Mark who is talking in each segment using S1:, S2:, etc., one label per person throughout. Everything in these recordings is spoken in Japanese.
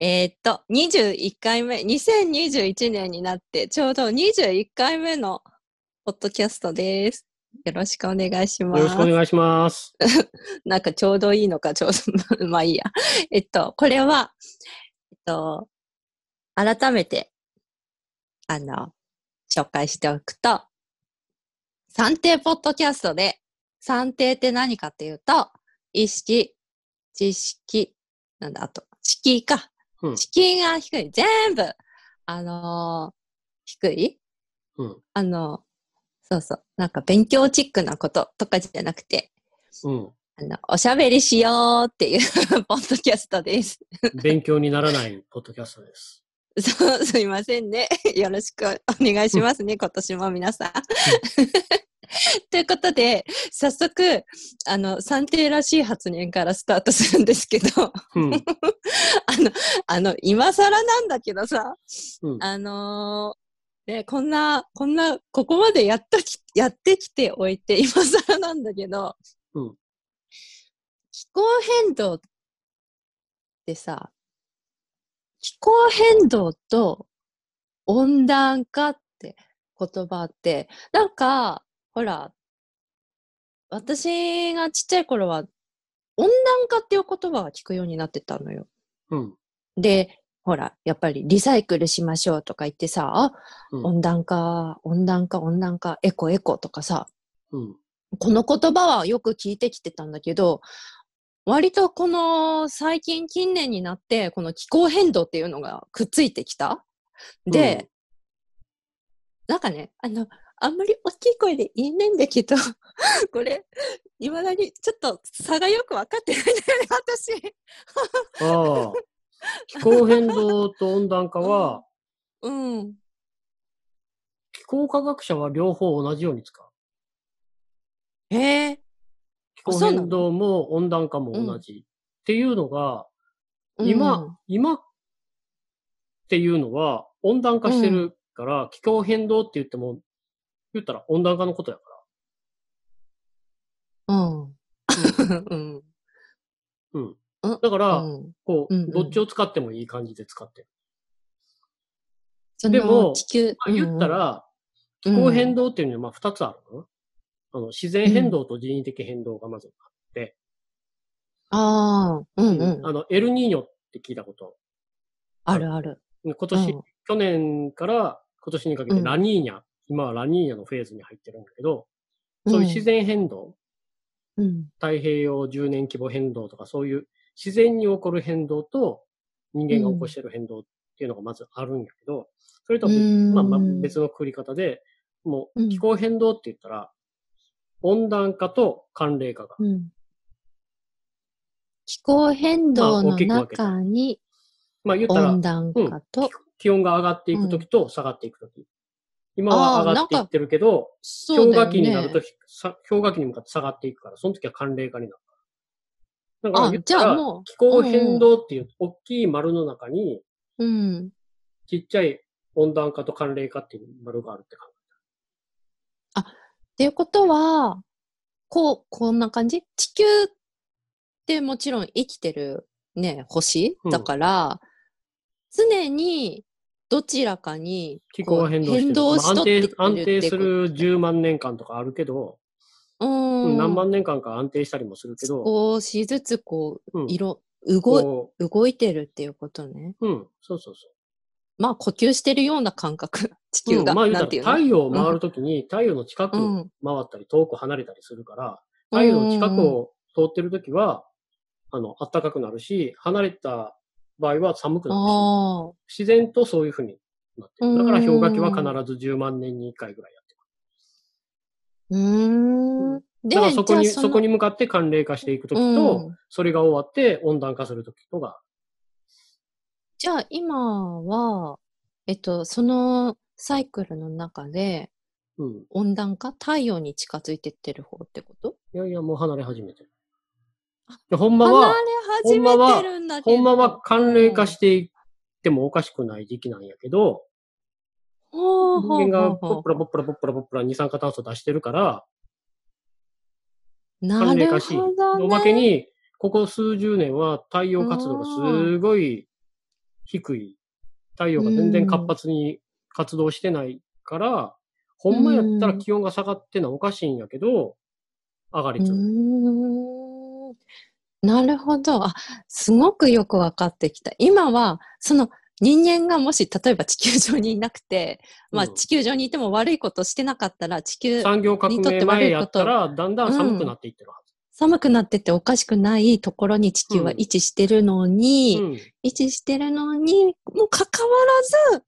S1: えーっと、21回目、2021年になって、ちょうど21回目のポッドキャストです。よろしくお願いしま
S2: よろし
S1: す
S2: くお。願いします。
S1: なんかちょうどいいのか、ちょうど、 まあいいや。えっと、これは、えっと、改めて、あの、紹介しておくと、算定ポッドキャストで、算定って何かっていうと、意識、知識、なんだ、あと、敷居か。
S2: うん
S1: 敷居が低い。全部、あのー低い
S2: うん。
S1: あの、そうそう。なんか勉強チックなこととかじゃなくて、
S2: うん。
S1: あの、おしゃべりしようっていう ポッドキャストです。
S2: 勉強にならないポッドキャス トです。
S1: そう、すいませんね。よろしくお願いしますね、今年も皆さん。 ということで、早速、あの、算定らしい発言からスタートするんですけど、
S2: うん。
S1: あの、あの、今更なんだけどさ、
S2: うん
S1: あのーね、こんな、こんな、ここまでやったき、やってきておいて、今更なんだけど、
S2: うん
S1: 気候変動ってさ、気候変動と温暖化って言葉って、なんか、ほら、私がちっちゃい頃は、温暖化っていう言葉が聞くようになってたのよ。
S2: うん。
S1: で、ほら、やっぱりリサイクルしましょうとか言ってさ、あ
S2: うん
S1: 温暖化、温暖化、温暖化、エコエコとかさ、
S2: うん。
S1: この言葉はよく聞いてきてたんだけど、割とこの最近近年になって、この気候変動っていうのがくっついてきた。で、なんかね、あの、あんまり大きい声で言えないんだけど、 これ、いまだにちょっと差がよく分かってないんだよね、私。
S2: うん、ああ。気候変動と温暖化は、
S1: うん。
S2: 気候科学者は両方同じように使う。
S1: へえ。
S2: 気候
S1: そうなの
S2: 変動も温暖化も同じ。っていうのが、
S1: う
S2: 今
S1: ん、
S2: 今っていうのは温暖化してるから、気候変動って言っても、言ったら温暖化のことやか
S1: うん。うん。
S2: うん
S1: うん。
S2: ら。だから、
S1: うん
S2: こう、
S1: うんうん
S2: どっちを使ってもいい感じで使ってる。
S1: その
S2: でも
S1: 地球、
S2: まあ、言っ
S1: う
S2: た
S1: んうん、
S2: ら、
S1: うん
S2: 気候変動っていうのはまあ二つあるのかな、あの自然変動と人為的変動がまずあって、
S1: ああ、うんうん。
S2: あの、エルニーニョって聞いたこと。
S1: あるある。
S2: 今年、
S1: うん
S2: 去年から今年にかけて
S1: うん
S2: ラニーニャ、今はラニーニャのフェーズに入ってるんだけど、そういう自然変動、
S1: うん。
S2: 太平洋10年規模変動とかそういう自然に起こる変動と人間が起こしてる変動っていうのがまずあるんやけど、それとは別
S1: うん
S2: まあ、まあ別のくくり方で、も
S1: うん
S2: う気候変動って言ったら、温暖化と寒冷化が。
S1: うん。気候変動
S2: まあ
S1: の
S2: 大きく分けた
S1: 中に
S2: まあ言ったら
S1: 温暖化と、
S2: 気温が上がっていくときと下がっていくとき。今は上がっていってるけど、
S1: そう
S2: 氷
S1: だよ
S2: 河
S1: ね
S2: 期になるとき、さ氷河期に向かって下がっていくから、その時は寒冷化になるから。だから
S1: あ
S2: 言っ、
S1: じ
S2: た
S1: ゃあ
S2: ら、
S1: も
S2: 気候変動っていう大きい丸の中に、
S1: う、うん。
S2: ちっちゃい温暖化と寒冷化っていう丸があるって感
S1: っていうことは、こう、こんな感じ地球ってもちろん生きてるね、星
S2: うん
S1: だから、常にどちらかに
S2: じ。気
S1: こ
S2: 候
S1: う
S2: は変動してる。
S1: 変動しとって
S2: まあ安定、安定
S1: って
S2: す
S1: る
S2: る10万年間とかあるけど、
S1: うーん。
S2: 何万年間か安定したりもするけど、
S1: 少しずつこう、
S2: うん
S1: 色、動い、
S2: こ
S1: 動いてるっていうことね。
S2: う、うん、そうそうそ
S1: まあ、呼吸してるような感覚、 地
S2: う。う
S1: 球
S2: ん
S1: が。
S2: まあ言う
S1: な
S2: た
S1: んていう
S2: ら
S1: の
S2: 太陽を回るときに太陽の近く
S1: う
S2: を
S1: ん。
S2: 回ったり遠く離れたりするから、太陽の近くを通ってるときは、あの、暖かくなるし、離れた場合は寒く
S1: うん。
S2: なるし、
S1: ああ。
S2: 自然とそういうふうになってる。だから氷河期は必ず10万年に1回ぐらいやってる。
S1: うーん。で、
S2: だからそこに、
S1: じゃあ
S2: そ
S1: の
S2: こに向かって寒冷化していくときと、
S1: うん
S2: それが終わって温暖化するときとが、
S1: じゃあ今は、えっと、そのサイクルの中で
S2: うん。
S1: 温暖化、太陽に近づいてってる方ってこと
S2: いやいや、もう離れ始めてる
S1: あ。
S2: でほんま
S1: 離れ
S2: は、
S1: 始めてるんだけど。
S2: ほんまは寒冷化していってもおかしくない時期なんやけど、
S1: ほうほうほうほう、
S2: 人間がポップラポップラポップラポップラ二酸化炭素出してるから、
S1: な
S2: 寒冷
S1: る
S2: 化し、
S1: ほど、ね。
S2: おまけに、ここ数十年は太陽活動がすごい低い、太陽が全然活発に活動してないから、ほんまやったら気温が下がってんのはおかしいんやけど、上がり続け
S1: う
S2: る。
S1: ーんなるほど。あ、すごくよく分かってきた。今は、その人間がもし、例えば地球上にいなくて、まあ
S2: うん
S1: 地球上にいても悪いことしてなかったら、地球
S2: 産業革
S1: にとって
S2: 命
S1: 悪
S2: 前
S1: い
S2: や
S1: こ
S2: っ
S1: と
S2: たら、だんだん寒くなっていってるは
S1: 寒くなってておかしくないところに地球は位置してるのに、
S2: ず。うん
S1: 位置してるのにもかかわらず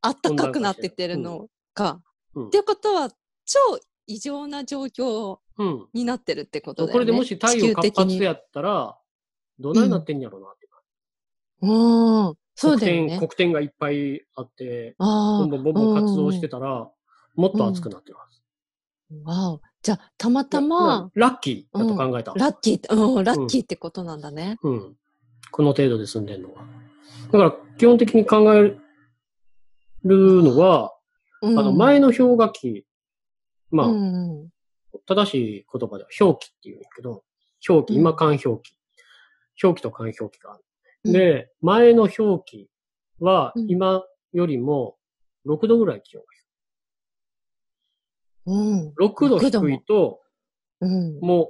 S1: あったかくなってってるのか。
S2: うんうん
S1: っていうことは超異常な状況
S2: うん。
S1: になってるってことだよね。
S2: これでもし太陽
S1: 地球
S2: 活
S1: 的
S2: 発
S1: に
S2: やったら、どないなってんやろうなって。
S1: うん。そうだよ
S2: 黒点
S1: ね。
S2: 黒点がいっぱいあって、ボ
S1: あ
S2: ンボンボンボン活動してたら、もっと暑くなってるはず。
S1: あ、わお。じゃあ、たまた
S2: な
S1: ま、
S2: ラッキーだと考えた。
S1: ラッキー、うん、ラッキーってことなんだね。
S2: うん。この程度で済んでんのは。だから、基本的に考えるのは、
S1: うん。
S2: あの、前の氷河期、まあ、
S1: うん。
S2: 正しい言葉では氷期っていうんだけど、氷期、
S1: うん
S2: 今間氷期。氷期と間氷期があ
S1: うん
S2: る。で、前の氷期は
S1: うん
S2: 今よりも6度ぐらい気温
S1: うん。
S2: が低い。6度低いと、
S1: うん。
S2: もう、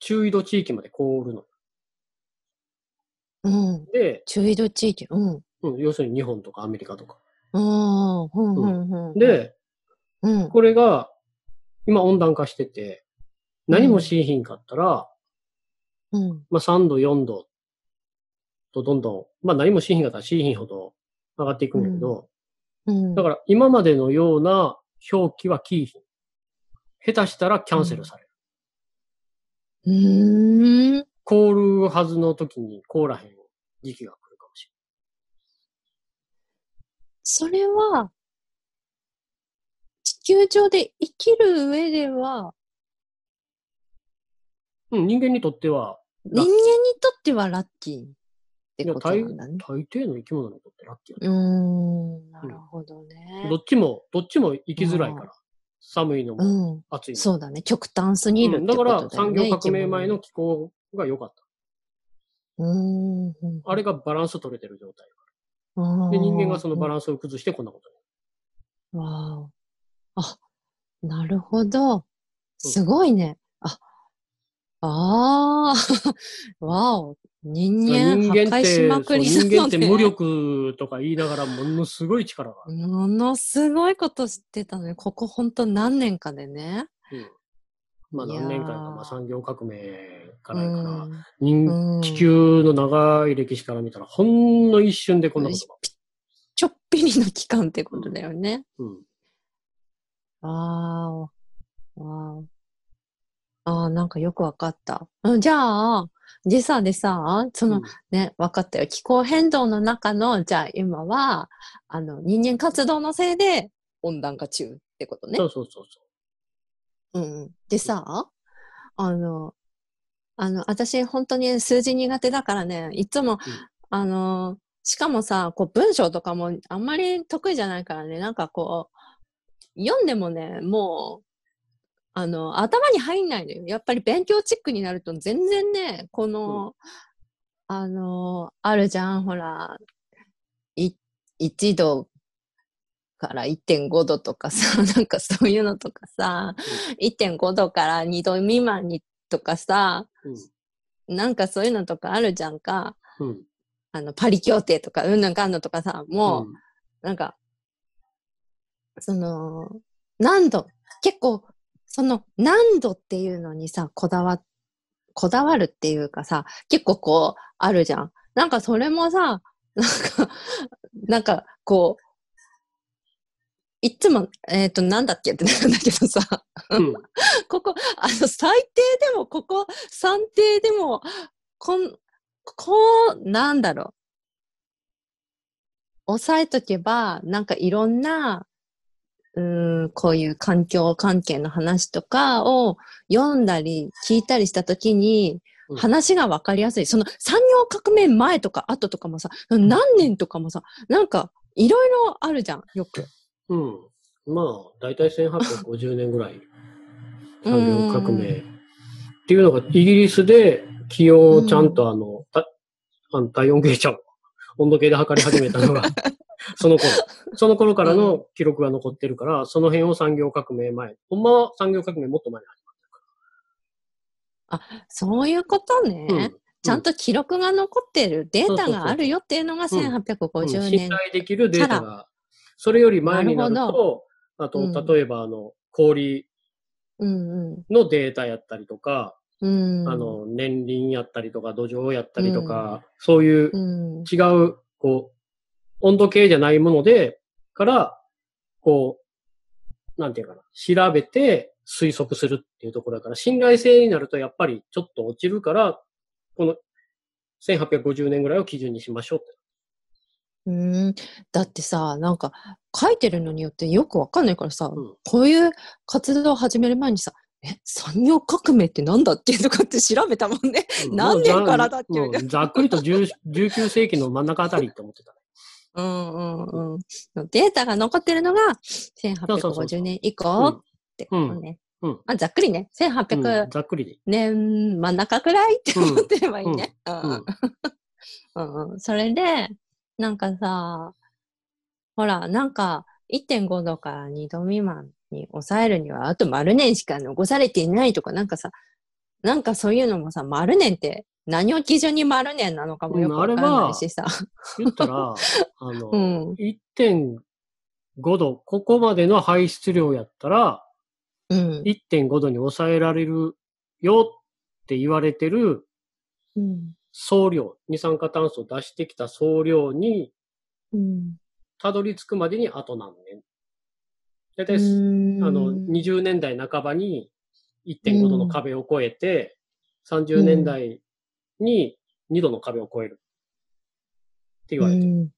S2: 中緯度地域まで凍るの。
S1: うん。
S2: で、
S1: 中緯度地域。うん。
S2: うん、要するに日本とかアメリカとか。
S1: ああ、うん、うん、うん。、
S2: で、
S1: うん。
S2: これが、今温暖化してて、何もしーひんかったら、
S1: うん。
S2: まあ3度、4度とどんどん、まあ何もしーひんかったらしーひんほど上がっていくんだけど、
S1: うん。
S2: だから今までのような表記はキーひん。下手したらキャンセルされる。
S1: うーん。
S2: 凍るはずの時に凍らへん時期が来るかもし
S1: それは、地球上で生きる上では、
S2: れない。うん、人間にとっては、
S1: 人間にとってはラッキーって
S2: いや
S1: こと
S2: 大
S1: なんだね。
S2: 大抵の生き物にとってラッキーやね
S1: うーん、なるほどね
S2: ど。っちも、どっちも生きづらい
S1: う
S2: か
S1: ん
S2: ら。寒いの
S1: う
S2: も
S1: ん、
S2: 暑いのも。
S1: そうだね。極端すぎる
S2: う
S1: っ
S2: ん
S1: て
S2: だ
S1: こ
S2: か
S1: とだよね。
S2: ら、産業革命前の気候が良かっ
S1: 生き物の。うーん。
S2: た。あれがバランス取れてる状態。
S1: あー、
S2: で、人間がそのバ
S1: ン
S2: ランスを崩してこんなことに
S1: ス。わおあ、なるほど。すごいね。あ、ああ、 わお。人
S2: なる。
S1: 間破壊しま
S2: そ
S1: く
S2: う
S1: りなの
S2: 人間って
S1: ね
S2: 無力とか言いながらものすごい力がある。
S1: ものすごいこと知ってたのに、ここほんと何年かでね。
S2: うんまあ
S1: いやー
S2: 何年間か、まあ産業革命か
S1: う
S2: らやから、
S1: ん。
S2: 人
S1: うん
S2: 地球の長い歴史から見たら、ほんの一瞬でこんなことが。
S1: ちょっぴりの期間ってことだよね。
S2: うん。
S1: わーお。わーお。ああ、なんかよくわかった。うん、じゃあ、時差でさ、その、
S2: うん
S1: ね、わかったよ。気候変動の中の、じゃあ今は、あの、人間活動のせいで温暖化中ってことね
S2: そ。うそうそうそ
S1: うんうん。でさ、あの、あの、私本当に数字苦手だからね、いつも、あの、しかもさ、こう文章とかもあんまり得意じゃないからね、なんかこう、読んでもね、もう、あの、頭に入んないのよ。やっぱり勉強チックになると全然ね、この、あの、あるじゃん、ほら、い1度から1.5度とかさ、 なんかそういうのとかさ、1.5度から2度未満にとかさ、
S2: う。
S1: なんかそういうのとかあるじゃんか。
S2: うん。うん。
S1: あの、パリ協定とか、うんぬんかんのとかさ、もう、
S2: うん
S1: なんか、その、何度、結構、その、何度っていうのにさ、こだわ、こだわるっていうかさ、結構こう、あるじゃん。なんかそれもさ、なんか、なんか、こう、いっつも、えっ、と、なんだっけってなるんだけどさ、
S2: うん。
S1: ここ、あの、最低でも、ここ、算定でも、こん、こう、なんだろう。押さえとけば、なんかいろんな、うーん、こういう環境関係の話とかを読んだり聞いたりしたときに
S2: う、ん
S1: 話がわかりやすい。その産業革命前とか後とかもさ、何年とかもさ、なんかいろいろあるじゃん、よく。
S2: うん。まあ、大体1850年ぐらい、産業革命。っていうのが、イギリスで気温をちゃんとあの、たあの体温計ちゃう。温度計で測り始めた のが、その頃。その頃からの記録が残ってるから、その辺を産業革命前。ほんまは産業革命もっと前に
S1: そういうことね。
S2: うん
S1: ちゃんと記録が残ってる、データがあるよっていうのが
S2: そうそうそううん
S1: 1850
S2: 信
S1: 年。
S2: 頼できるデータが、それより前になる
S1: なる
S2: と、あ
S1: うん
S2: と、例えば、あの、氷
S1: うんう
S2: のデータやったりとか、
S1: ん。うん。
S2: あ、の、年輪やったりとか、土壌やったりとか、そういう
S1: うん。
S2: 違う、こう、温度計じゃないもので、から、こう、なんていうかな、調べて推測するっていうところだから、信頼性になるとやっぱりちょっと落ちるから、この1850年ぐらいを基準にしましょうって。
S1: うん、だってさ、なんか書いてるのによってよくわかんないからさ、
S2: うん
S1: こういう活動を始める前にさ、え、産業革命ってなんだっけとかって調べたもんね。
S2: う ん
S1: 何年からだっけ
S2: もうざもうざっくりと10 19世紀の真ん中あたりって思ってた。
S1: うんうんうん。データが残ってるのが
S2: そうそうそう
S1: 1850年以降ってことね。
S2: うんうん
S1: あざっくりね。
S2: うん
S1: 1800
S2: ざっくりでいい。
S1: 年真ん中くらいって思ってればいいね。う
S2: うん
S1: んうんうんそれで、なんかさ、ほら、なんか、1.5度から2度未満に抑えるには、あと丸年しか残されていないとか、なんかさ、なんかそういうのもさ、丸年って何を基準に丸年なのかもよくわからないしさ。
S2: 言ったら、あ の、
S1: うん。
S2: 1.5度、ここまでの排出量やったら、
S1: うん。
S2: 1.5度に抑えられるよって言われてる
S1: うん。
S2: 総量、二酸化炭素を出してきた総量に
S1: うん。
S2: たどり着くまでにあと何年。だいたい、
S1: うん
S2: あの、20年代半ばに1.5度の壁を越えて、30年代に2度の壁を越えるって言われてる。
S1: うん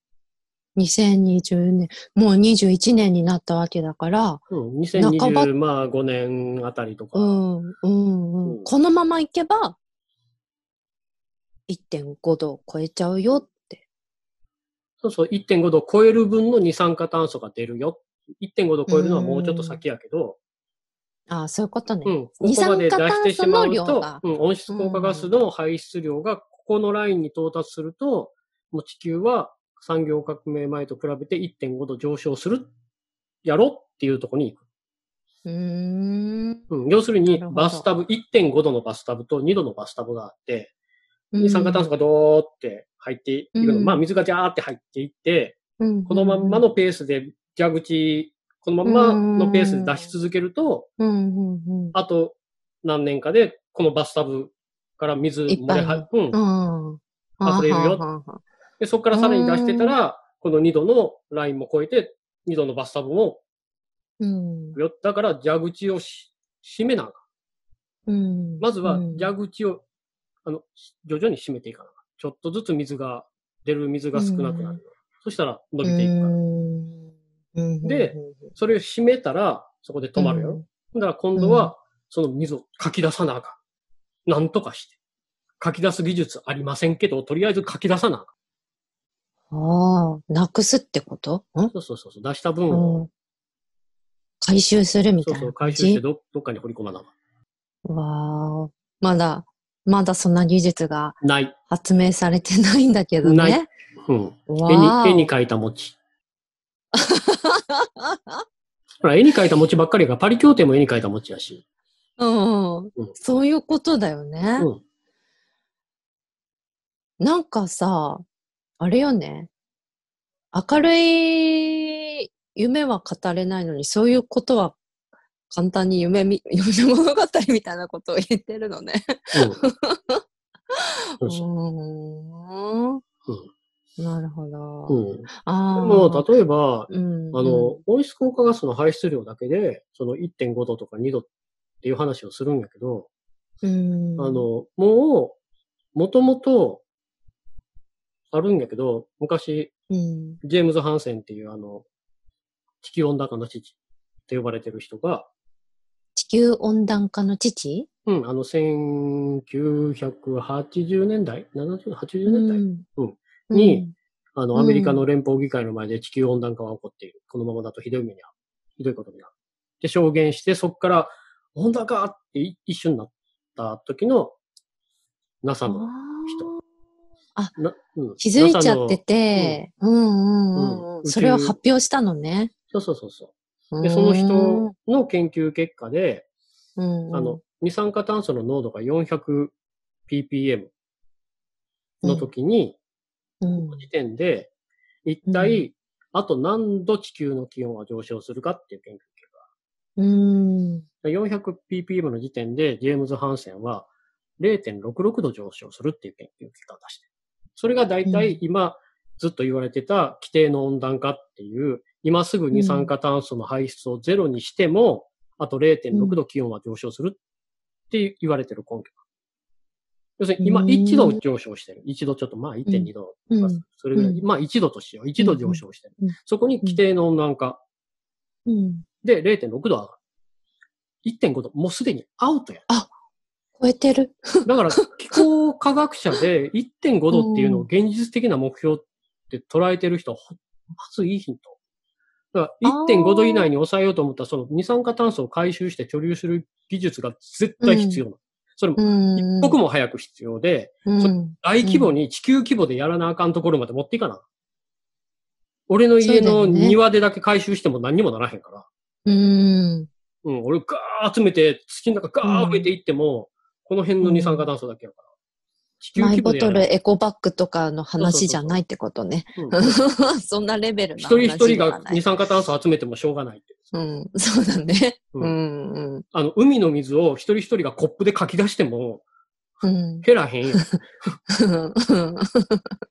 S1: 2020年、もう21年になったわけだから、
S2: うん、
S1: 半ば
S2: 2025年あたりとか。
S1: うん、うん、
S2: う
S1: うんん。このままいけば、1.5度を超えちゃうよって。
S2: そうそう、1.5度を超える分の二酸化炭素が出るよ。1.5度を超えるのはもうちょっと先やけど、
S1: ああ、そういうことね。
S2: うん、こ
S1: 二
S2: こま
S1: 酸
S2: で
S1: 化
S2: 出して
S1: 炭
S2: し
S1: 素
S2: ま
S1: の
S2: う
S1: 量
S2: と
S1: が、。
S2: うん、温室効果ガスの排出量がここのラインに到達すると、もう地球は産業革命前と比べて1.5度上昇する、やろっていうところに行く。
S1: うーん。
S2: うん、要するに
S1: なるほど
S2: バスタブ、1.5度のバスタブと2度のバスタブがあって、二酸化炭素がどーって入っていくの、
S1: うん
S2: まあ水がジャーって入っていって、
S1: うん、
S2: このまんまのペースで蛇口、このまんまのペースで出し続けると、
S1: うん、うん、
S2: あと何年かでこのバスタブから水
S1: いっ
S2: 漏
S1: ぱ
S2: れ
S1: い
S2: は、うん
S1: う。ん。うん。
S2: 溢れるよ
S1: はあはあはあ
S2: で、そこからさらに出してたら、この2度のラインも超えて、2度のバスタブも、
S1: うん。
S2: よだから蛇口をし閉めなあかん。
S1: うん。
S2: まずは
S1: うん
S2: 蛇口を、あの、徐々に閉めていかなあかん。ちょっとずつ水が、出る水が少なくな
S1: う
S2: る。
S1: ん
S2: そしたら伸びていくから。
S1: うん。
S2: で
S1: うん、
S2: それを閉めたら、そこで止まるよ。だから今度
S1: う
S2: は、その水を書き出さなあかん。なんとかして。書き出す技術ありませんけど、とりあえず書き出さなあか
S1: ああ、なくすってことん
S2: ん。そうそうそうそう、出した分
S1: う
S2: を、
S1: ん回収するみ
S2: そ
S1: た
S2: う
S1: い
S2: そう、
S1: な
S2: 回
S1: 感
S2: 収して
S1: じ
S2: どどっかに掘り込まなあかん。
S1: わあ、まだ、まだそんな技術が
S2: ない。
S1: 発明されてないんだけどね。
S2: ないうん。絵
S1: わあ
S2: に、絵に描いた 餅。ほら、絵に描いた餅ばっかりが、パリ協定も絵に描いた餅やし。
S1: うん、
S2: うん
S1: そういうことだよね。
S2: うん。
S1: なんかさ、あれよね。明るい夢は語れないのに、そういうことは簡単に夢み、 夢物語みたいなことを言ってるのね。
S2: うん。
S1: う
S2: そうそ
S1: ーん。なるほど。
S2: ううん。で
S1: ああ。
S2: も、例えば、
S1: うん、
S2: あの、温室効果ガスの排出量だけで、その1.5度とか2度っていう話をするんやけど、
S1: うん、うん
S2: あ、の、もう、もともと、あるんやけど、昔、
S1: うん、
S2: ジェームズ・ハンセンっていうあの、地球温暖化の父って呼ばれてる人が、
S1: 地球温暖化の父
S2: うん、あの、1980年代 ?70、80年代、うん
S1: うん
S2: に、あの、
S1: うん
S2: アメリカの連邦議会の前で地球温暖化は起こっている。このままだとひどい目に遭う。ひどいことになる。で、証言して、そこから、温暖化って一瞬になった時の、NASA の、
S1: あー
S2: 人
S1: あ
S2: なうん
S1: 気づいちゃってて、うんうんうんうん。
S2: うん
S1: それを発表したのね。
S2: NASA のそうそうそうそう。で、その人の研究結果で、
S1: うん、うん
S2: あの、、二酸化炭素の濃度が 400ppm の時に、
S1: うん、
S2: 時点で、一体、あと何度地球の気温は上昇するかっていう研究
S1: うん。
S2: 結果。400ppm の時点で、ジェームズ・ハンセンは0.66度上昇するっていう研究結果を出してる。それが大
S1: うん
S2: 体今、ずっと言われてた規定の温暖化っていう、今すぐ二酸化炭素の排出をゼロにしても、あと0.6度気温は上昇するって言われてる根拠。要するに今
S1: うん
S2: 1度上昇してる。1度ちょっと、まあ1.2度と
S1: う
S2: か
S1: ん
S2: それぐらい。
S1: う
S2: まあ1度としよう。1度上昇してる。
S1: うんうん
S2: そこに規定の温暖化
S1: うん。
S2: で0.6度上がる。1.5度。もうすでにアウトや。
S1: 超えてる。
S2: だから気候科学者で1.5度っていうのを現実的な目標って捉えてる人はほ、まずいいヒント。だから1.5度以内に抑えようと思ったら、その二酸化炭素を回収して貯留する技術が絶対必要なの。それも
S1: うん。
S2: 一刻も早く必要で、
S1: うん、
S2: 大規模に地球規模でやらなあかんところまで持っていかな。俺の家
S1: そ
S2: の
S1: うだよね
S2: 庭でだけ回収しても何にもならへんから。
S1: うん。
S2: うん、俺ガーッ集めて、土の中ガーッ埋めていっても、この辺の二酸化炭素だけやから。地球
S1: マイ
S2: 規模
S1: ボ
S2: でや
S1: ト
S2: らな
S1: ル、エコバッグとかの話じゃないってことね。
S2: うん
S1: そんなレベルな
S2: 一人
S1: 話
S2: 一人
S1: では
S2: が
S1: ない
S2: 二酸化炭素集めてもしょうがないって。
S1: うん、そうだね。う、
S2: うん
S1: うん、
S2: あの、海の水を一人一人がコップでかき出しても
S1: うん。
S2: 減らへん やん。
S1: わ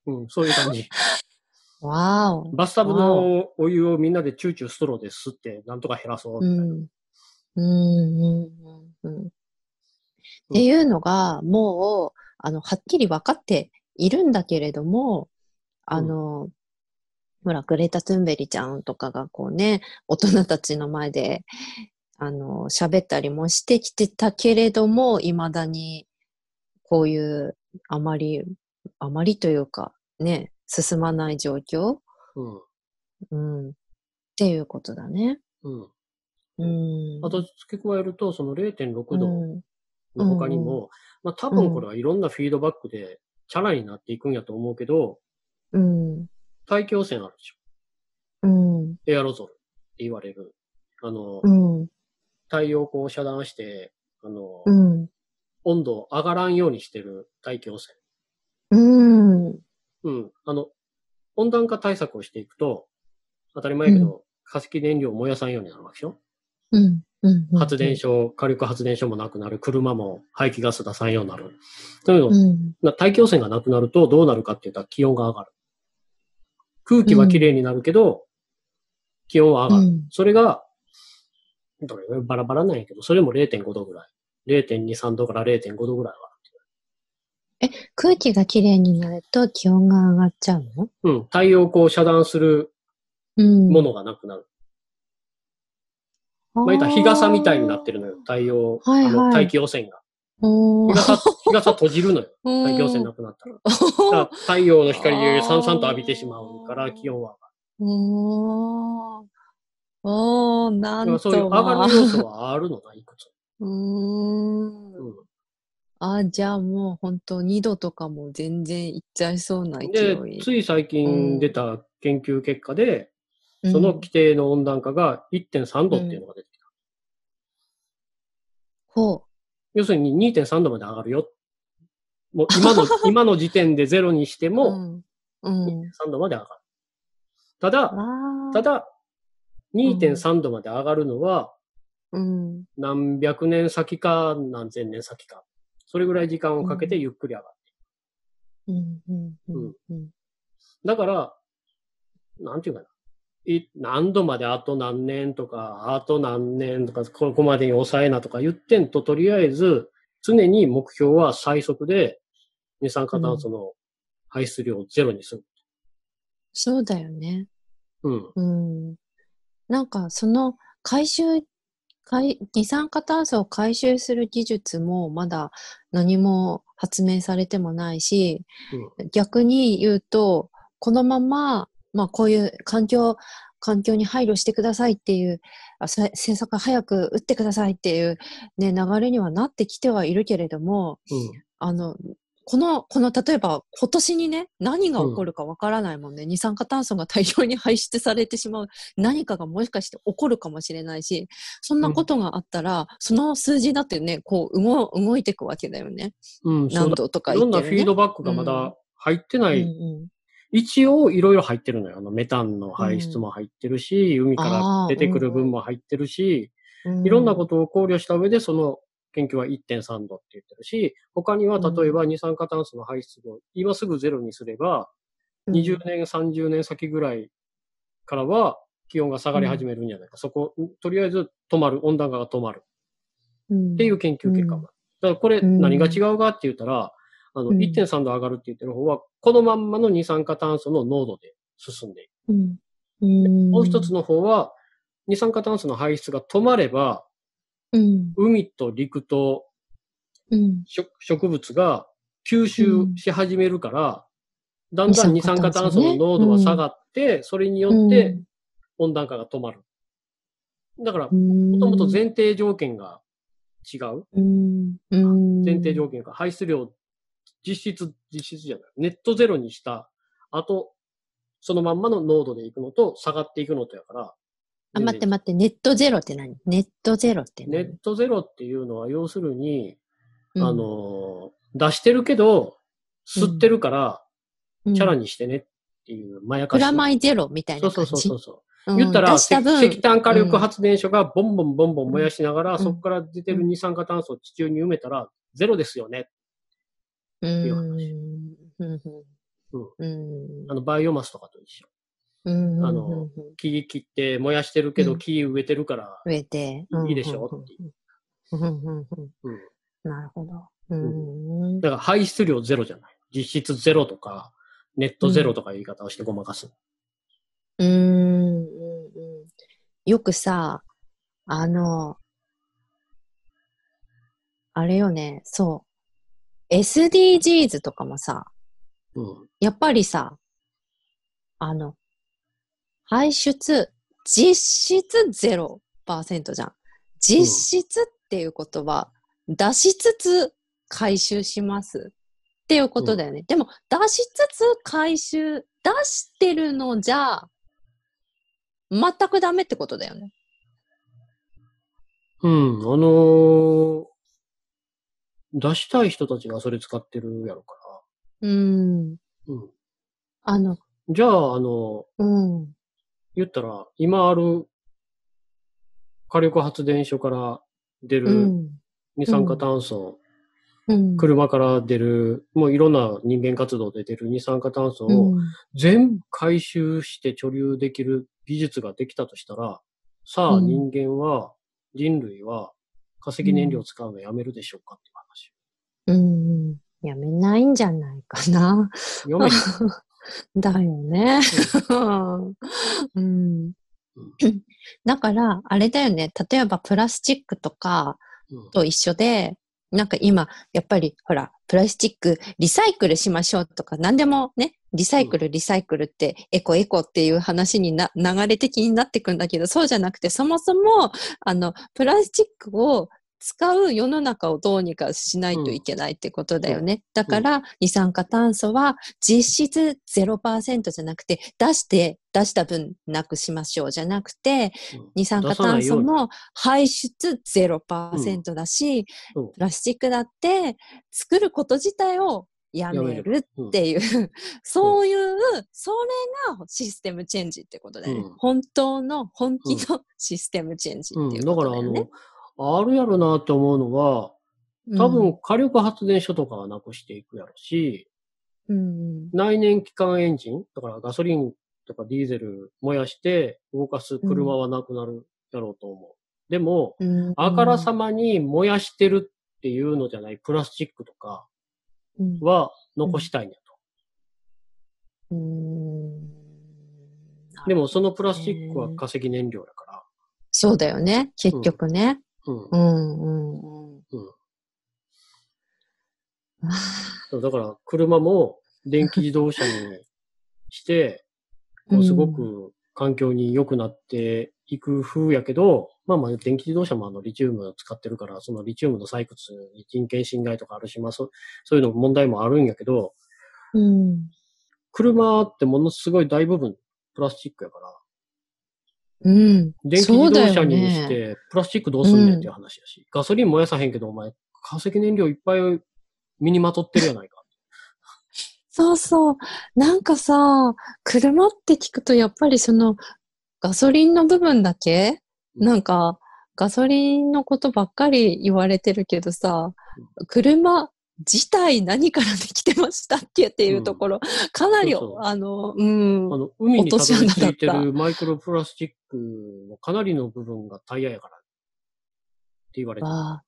S2: うん、そういう感じ。
S1: ーお。
S2: バスタブのお湯をみんなでチューチューストローで吸って、なんとか減らそう
S1: う
S2: みたいな。
S1: ん。うん、うん、うん。っていうのが、もう、あの、はっきり分かっているんだけれども、あの、ほら、グレータ・トゥンベリちゃんとかがこうね、大人たちの前で、あの、喋ったりもしてきてたけれども、未だに、こういう、あまり、あまりというか、ね、進まない状況
S2: うん。
S1: うん。っていうことだね。
S2: うん。
S1: うん。
S2: あと付け加えると、その
S1: う
S2: 0.6度
S1: ん、
S2: の他にも、まあ多分これはいろんなフィードバックでチャラになっていくんやと思うけど、
S1: うん、
S2: 大気汚染あるでしょ。
S1: うん、
S2: エアロゾルって言われる。あの、
S1: うん、
S2: 太陽光を遮断して、あの、
S1: うん。
S2: 温度を上がらんようにしてる大気汚染。
S1: うん。
S2: うん。あの、温暖化対策をしていくと、当たり前やけど、化石燃料を燃やさんようになるわけでしょ
S1: うん。うん。
S2: 発電所、火力発電所もなくなる。車も排気ガス出さんようになる。というのを
S1: うん。
S2: な大気汚染がなくなるとどうなるかって言ったら気温が上がる。空気は綺麗になるけど、気温は上がる。
S1: うん
S2: それが、どれぐらいバラバラなんやけど、それも0.5度ぐらい。0.2、3度から0.5度ぐらい
S1: 空気がきれいになると気温が上がっちゃうの
S2: は。うん。太陽光を遮断する
S1: うん。
S2: ものがなくなる。
S1: の
S2: まあ、言ったら日傘みたいになって
S1: る。
S2: るのよ。太陽、
S1: はいはい
S2: あの大気汚染が。
S1: おー
S2: 日 傘、日傘閉じるのよ。大気汚染なくなったら。だから太陽の光
S1: あー
S2: でさんさんと浴びてしまうから気温は
S1: おーおーな
S2: 上が
S1: ん
S2: る。
S1: と
S2: だからそういう上がる要素はある のな、いくつ。
S1: うー。
S2: うんん。
S1: あ、じゃあもう本当2度とかも全然いっちゃいそうな勢
S2: で
S1: い。、
S2: つい最近出た研究結果で、
S1: うん
S2: その規定の温暖化が1.3度っていうのが出てきた。
S1: こ
S2: 要するに2.3度まで上がるよ。もう 今の、今の時点でゼロにして
S1: う。
S2: も、
S1: うん。うん。
S2: 3度まで上がる。ただ、
S1: わー
S2: た、だ、2.3度まで上がるのは、
S1: うん。
S2: 何百年先か、何千年先か。それぐらい時間をかけてゆっくり上が
S1: う
S2: る。
S1: ん。うん。うん。うん。
S2: だから、なんていうかな。い何度まであと何年とか、あと何年とか、ここまでに抑えなとか言ってんと、とりあえず、常に目標は最速で、二酸化炭素の排出量をゼロにする。
S1: そうだよね。
S2: うん。
S1: うん。なんかその回収、回二酸化炭素を回収する技術もまだ何も発明されてもないし、逆に言うと、このまま、まあこういう環境、環境に配慮してくださいっていう、あさ政策早く打ってくださいっていう、ね、流れにはなってきてはいるけれども、
S2: うん。
S1: あの、この、この、例えば今年にね、何が起こるかわからないもんね、二酸化炭素が大量に排出されてしまう 何かがもしかして起こるかもしれないし、そんなことがあったら、その数字だってね、こう動、動いていくわけだよね。
S2: うん、そう
S1: 何
S2: だ
S1: 度とか
S2: いろ
S1: 言
S2: ん
S1: っ
S2: な
S1: て
S2: フ
S1: る、ね。
S2: ィードバックがまだ入ってない。
S1: うんうん
S2: 一応いろいろ入ってるのよ。あの、メタンの排出も入ってるし、海から出てくる分も入ってるし、
S1: う
S2: いろんなことを考慮した上で、その研究は1.3度って言ってるし、他には例えば二酸化炭素の排出を今すぐゼロにすれば、
S1: と
S2: 20年、30年先ぐらいからは気温が下がり始めるんじゃないか。そこ、とりあえず止まる、温暖化が止まる
S1: っ
S2: っていう研究結果もある。だからこれ
S1: うん
S2: 何が違うかって言ったら、あの、
S1: うん
S2: 1.3度上がるって言ってる方は、このまんまの二酸化炭素の濃度で進んでいく。
S1: うん。うん
S2: もう一つ、の方は、二酸化炭素の排出が止まれば、
S1: うん。
S2: 海と陸と
S1: うん。
S2: 植植物が吸収し始めるから、だんだん二
S1: 二
S2: 酸
S1: 酸
S2: 化
S1: 化
S2: 炭
S1: 炭
S2: 素
S1: 素
S2: の
S1: ね
S2: 濃度は下がって、それによって温暖化が止まる。だから、
S1: う
S2: も
S1: ん、も
S2: ともと前提条件が違う。
S1: うん、うん
S2: 前提条件が排出量、実質、実質じゃない。ネットゼロにした後、そのまんまの濃度でいくのと下がっていくのとやから。
S1: あ、待って
S2: 全然
S1: 待って、ネットゼロって何ネットゼロって
S2: ネ
S1: 何
S2: ットゼロっていうのは要するに、
S1: うん
S2: あ、のー、出してるけど、吸ってるから、
S1: うん
S2: チャラにしてねっていう、まやか
S1: プ
S2: し。
S1: ラマイゼロみたい
S2: そう
S1: な
S2: そ
S1: 感
S2: う
S1: じ。
S2: そうそうそう。
S1: うん
S2: 言ったら、
S1: 出した分、
S2: 石石炭火力発電所がボンボンボンボン燃やしながら、
S1: うん
S2: そこから出てる二酸化炭素を地中に埋めたら、ゼロですよね。
S1: うん
S2: いう話
S1: うんうんうん
S2: あの、バイオマスとかと一緒。
S1: うん
S2: あの
S1: うん
S2: 木切って燃やしてるけど、
S1: うん
S2: 木植えてるから、
S1: 植えて。
S2: いいでしょっていう
S1: うんうんうんうん
S2: うん
S1: なるほど。うん
S2: だから排出量ゼロじゃない。実質ゼロとか、ネットゼロとかいう言い方をしてごまかす。
S1: うーんうんうんよくさ、あの、あれよね、そう。SDGs とかもさ、
S2: うん。
S1: やっぱりさ、あの、排出、実質0%じゃん。実質っていうことは、出しつつ回収しますっていうことだよね。でも、出しつつ回収、出してるのじゃ、全くダメってことだよね。
S2: うん、あのー出したい人たちがそれ使ってるやろか
S1: うん。
S2: ら。うん。
S1: あの、
S2: じゃあ、あの、
S1: うん。
S2: 言ったら、今ある火力発電所から出
S1: う
S2: る
S1: ん。
S2: 二酸化炭素、
S1: うん。
S2: 車から出る、もういろんな人間活動で出る二酸化炭素
S1: う
S2: を、
S1: ん。
S2: 全部回収して貯留できる技術ができたとしたら、さあ
S1: うん
S2: 人間は、人類は化石燃料を使うのやめるでしょうかって話。
S1: うん。やめないんじゃないかな。
S2: 読めへん
S1: だよね。うん。だから、あれだよね。例えばプラスチックとか
S2: うん
S1: と一緒で、なんか今、やっぱり、ほら、プラスチックリサイクルしましょうとか、何でもね、リサイクル、リサイクルって、エコエコっていう話にな、流れ的になってくんだけど、そうじゃなくて、そもそも、あの、プラスチックを使う世の中をどうにかしないといけないってことだよね。だから、二酸化炭素は実質0%じゃなくて、出して、出した分なくしましょうじゃなくて、
S2: うん
S1: 二酸化炭素も排出0%だし、
S2: うんうん
S1: プラスチックだって作ること自体をや
S2: や
S1: め
S2: め
S1: る
S2: うん
S1: っていう、そういう、それがシステムチェンジってことだよね。
S2: うん
S1: 本当の、本気のシステムチェンジ
S2: う
S1: っ
S2: ん
S1: ていう
S2: だ
S1: こ
S2: か
S1: と
S2: ら
S1: だ
S2: あ
S1: よね
S2: の。、あるやろなって思うのは、多
S1: うん
S2: 分火力発電所とかはなくしていくやろし、
S1: うん
S2: 内燃機関エンジン、だからガソリンとかディーゼル燃やして動かす車はなくなるやろうと思う。でも、
S1: うん、
S2: あからさまに燃やしてるっていうのじゃないプラスチックとか
S1: うん
S2: は残したいんや
S1: う
S2: と。
S1: ん
S2: でもそのプラスチックは化石燃料やか
S1: そうだよね、結局ね。
S2: ら。うん
S1: う。んうんうん。わあ
S2: そうだから車も電気自動車にして、もうすご
S1: うん
S2: く環境に良くなっていく風やけど、まあまあ、電気自動車もあの、リチウムを使ってるから、そのリチウムの採掘に人権侵害とかあるし、まあ、そうそういうの問題もあるんやけど、
S1: うん。
S2: 車ってものすごい大部分プラスチックやか
S1: う
S2: ら、
S1: ん。
S2: 電気
S1: そう
S2: 自
S1: だ
S2: 動
S1: よ
S2: 車に
S1: ね
S2: して、プラスチックどうすんねんっていう話やし、ガソリン燃やさへんけど、お前、化石燃料いっぱい身にまとってるやないか。
S1: そうそう。なんかさ、車って聞くとやっぱりそのガソリンの部分だけ
S2: うん
S1: なんかガソリンのことばっかり言われてるけどさ、車自体何からできてましたっけっていうところ、かなり、
S2: そうそう
S1: あの、うん
S2: あ。の、海にたどり着いて
S1: 落とし穴だ
S2: るマイクロプラスチックのかなりの部分がタイヤやから。って言われてる。
S1: わあ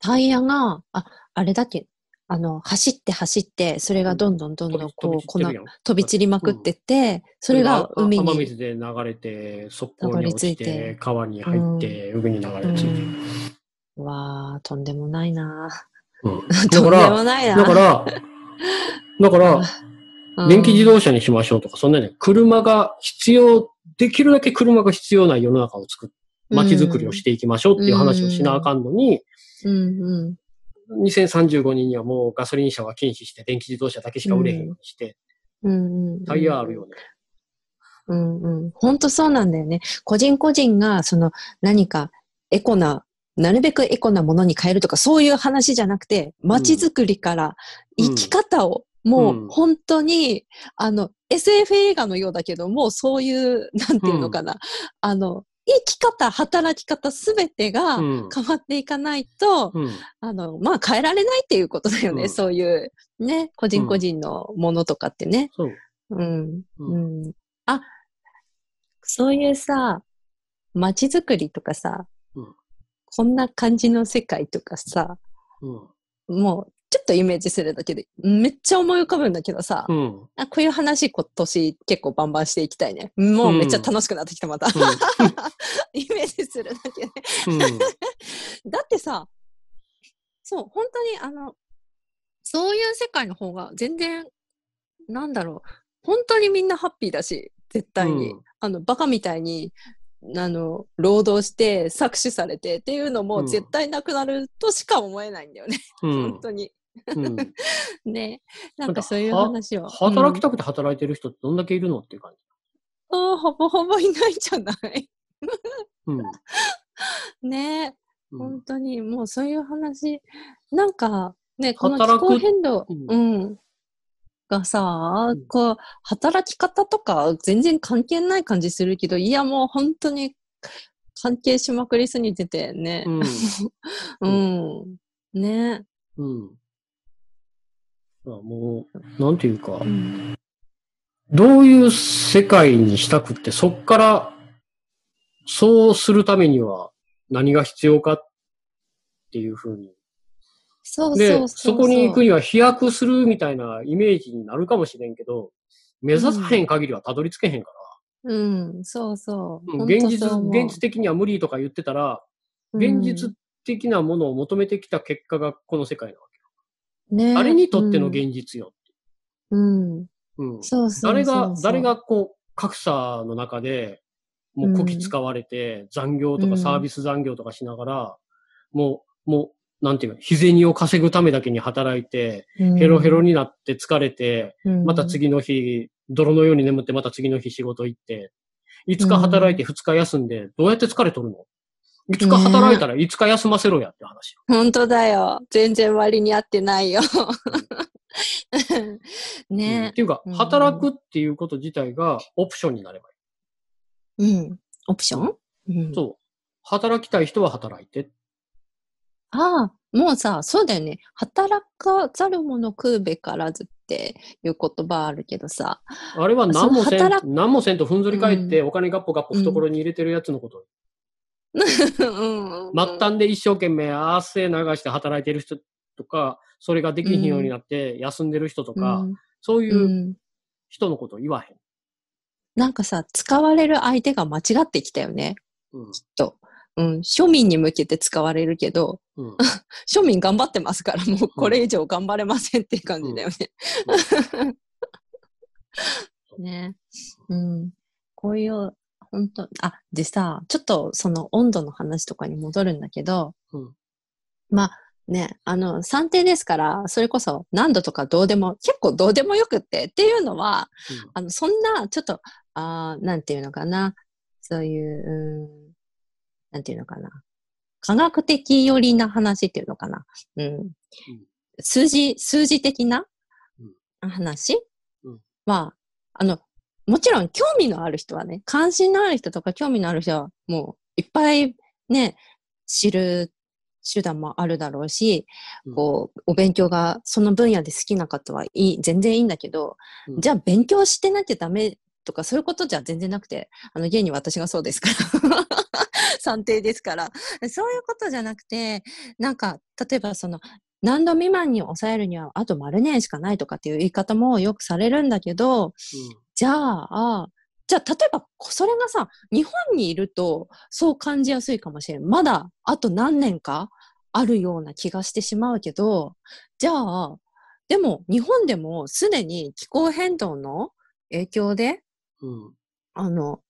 S1: タイヤが、あ、あれだっけ、あの、走って走って、それがどんどんどんどんこう、粉、
S2: 飛び散ってるやん
S1: 飛び散りまくってって、それが
S2: あ
S1: 海
S2: 雨
S1: に
S2: 水で流れて、速攻に落ち
S1: たどり着いて
S2: て、川に入って、海に流れ着いて。
S1: うわあ、とんでもないな
S2: うん
S1: あ
S2: だ
S1: とん
S2: か
S1: で
S2: ら、
S1: もないな
S2: だから、だから、
S1: ら
S2: 電気自動車にしましょうとか、そんなね、車が必要、できるだけ車が必要ない世の中を作っ街づくりをしていきましょうっていう話をしなあかんのに、
S1: て。うんうん。
S2: 2035年にはもうガソリン車は禁止して、電気自動車だけしか売れへんようにして、
S1: うんうん、
S2: タイヤあるよね。
S1: うんうん。本当そうなんだよね。個人個人が、その、何か、エコな、なるべくエコなものに変えるとか、そういう話じゃなくて、街づくりから、
S2: うん
S1: 生き方を、も
S2: うん
S1: う、本当に、あの、SF 映画のようだけど、もうそういう、なんていうのかな、あの、生き方、働き方すべてが
S2: うん
S1: 変わっていかないと、
S2: うん
S1: あの、まあ、変えられないっていうことだよね。
S2: うん
S1: そういう、ね、個人個人のものとかってね。
S2: そう。
S1: うん。
S2: う
S1: うん。あ、そういうさ、街づくりとかさ、
S2: うん
S1: こんな感じの世界とかさ、
S2: うん。
S1: もう、ちょっとイメージするだけで、めっちゃ思い浮かぶんだけどさ、
S2: うん。うん
S1: あこういう話今年結構バンバンしていきたいね。もうめっちゃ楽しくなってきた、また。 イメージするだけで。
S2: うん。
S1: だってさ、そう、本当にあの、そういう世界の方が全然、なんだろう、本当にみんなハッピーだし、絶対に。
S2: うん
S1: あの、バカみたいに、あの、労働して、搾取されてっていうの
S2: う
S1: も
S2: ん
S1: 絶対なくなるとしか思えないんだよね、
S2: うん
S1: 本。当に。
S2: うん。
S1: ね。なんかそういう話を。
S2: 働き
S1: と、
S2: たくて働いてる人ってどんだけいるのっていう感じ。
S1: うんあーほぼほぼいないじゃない。
S2: うん。
S1: ね
S2: うん
S1: 本当に、もうそういう話、なんか、ね、この気
S2: 働く
S1: 候変動、
S2: うん
S1: うん、がさ
S2: うん、
S1: こう、働き方とか全然関係ない感じするけど、いや、もう本当に関係しまくりすぎててね
S2: う。ん。
S1: うん。ね。
S2: うん。あもう、なんていうか
S1: う、ん。
S2: どういう世界にしたくって、そっから、そうするためには何が必要かっていうふうに。
S1: そうそう
S2: で、
S1: そ
S2: そう
S1: そう。
S2: こに行くには飛躍するみたいなイメージになるかもしれんけど、目指さへん限りはたどり着けへんか
S1: うん、そうそう。
S2: ら。
S1: 本
S2: うん現
S1: 当
S2: 実
S1: そう、思う
S2: 現実的には無理とか言ってたら、現実的なものを求めてきた結果がこの世界なわ
S1: うんね
S2: け。誰にとっての現実よ。
S1: うん。うん
S2: うん。
S1: そうそうそうそう。
S2: 誰が、誰がこう、格差の中で、もうこき使われて、残業と
S1: う
S2: か
S1: ん
S2: サービス残業とかしながら、もう、もう、なんていうか、日銭を稼ぐためだけに働いて、
S1: うん、
S2: ヘロヘロになって疲れて、
S1: うん、
S2: また次の日、泥のように眠って、また次の日仕事行って、5日働いて2日休んで、どうやって疲れとるの ?5 日働いたら5日休ませろやって話。
S1: 本当だよ。全然割に合ってないよ。
S2: うんっ
S1: ね、
S2: ていうか
S1: うん、
S2: 働くっていうこと自体がオプションになればい
S1: うん。オプション、うん
S2: い。、そう。働きたい人は働いて。
S1: ああ、もうさ、そうだよね。働かざる者食うべからずっていう言葉あるけどさ。
S2: あれは何もせ
S1: その
S2: ん、
S1: 働
S2: 何もせんとふんぞり返って、
S1: う
S2: お金ガッポガッポ懐に入れてるやつのこと。
S1: うん
S2: 末端で一生懸命汗流して働いてる人とか、それができひんようになって休んでる人と
S1: う
S2: か、
S1: ん。
S2: そういうううん人のこと言わへん。
S1: なんかさ、使われる相手が間違ってきたよね。
S2: うん。
S1: と。うん、庶民に向けて使われるけど、
S2: うん。
S1: 庶民頑張ってますから、もうこれ以上頑張れませんっていう感じだよね。ね。うん。こういう、本当あ、でさ、ちょっとその温度の話とかに戻るんだけど、
S2: うん
S1: まあね、あの、算定ですから、それこそ何度とかどうでも、結構どうでもよくって、っていうのは、
S2: うん
S1: あの、そんな、ちょっと、あーなんていうのかな、そういう、うーん、なんていうのかな、科学的寄りな話っていうのかな、うん、数字、数字的な話、
S2: うん
S1: まあ、あの、もちろん興味のある人はね、関心のある人とか興味のある人は、もういっぱいね、知る手段もあるだろうし、
S2: うん
S1: こう、お勉強がその分野で好きな方はいい、全然いいんだけど、
S2: うん
S1: じゃあ勉強してなきゃダメとかそういうことじゃ全然なくて、あの、現に私がそうですから。 算定ですから。そういうことじゃなくて、なんか、例えばその、何度未満に抑えるにはあと丸年しかないとかっていう言い方もよくされるんだけど、じゃあ、じゃあ、例えば、こそれがさ、日本にいると、そう感じやすいかもしれん。まだ、あと何年かあるような気がしてしまうけど、じゃあ、でも、日本でもすでに気候変動の影響で、
S2: うん。うん。
S1: あの、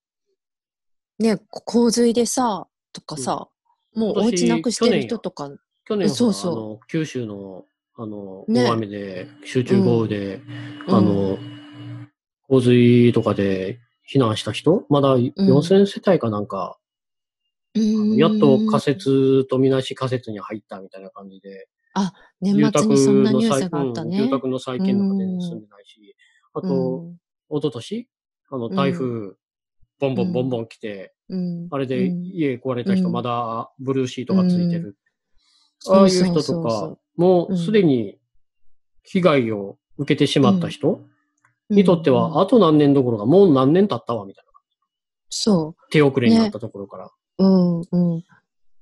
S1: ね、洪水でさ、とかさ、もうお家なくしてる人とか、
S2: 去年は
S1: そうそう
S2: あの九州のあの、
S1: ね
S2: 大雨で、集中豪雨で、
S1: うん
S2: あの、洪水とかで避難した人、まだ4000世帯かなんか、やっと仮
S1: 設
S2: 設とみなし仮設に入ったみたいな感じで、
S1: 年末にそんなニュー
S2: 再
S1: スがあったね。
S2: うん住宅の再建とかで住んでないし、あ
S1: う
S2: と、
S1: ん
S2: 一昨年あの、
S1: ん
S2: 台風、ボンボンボンボン来て、
S1: うん
S2: あれで
S1: うん
S2: 家壊れた人、
S1: うん
S2: まだブルーシートがついてる。
S1: うん
S2: ああいう人
S1: そうそ
S2: と
S1: うそうそ
S2: か
S1: う、
S2: も
S1: うん
S2: うすでに被害を受けてしまった人にとって
S1: うん
S2: は、あと何年どころか、もう何年経ったわ、みたいな。
S1: そう。
S2: 手遅れになったところから。
S1: うんうん。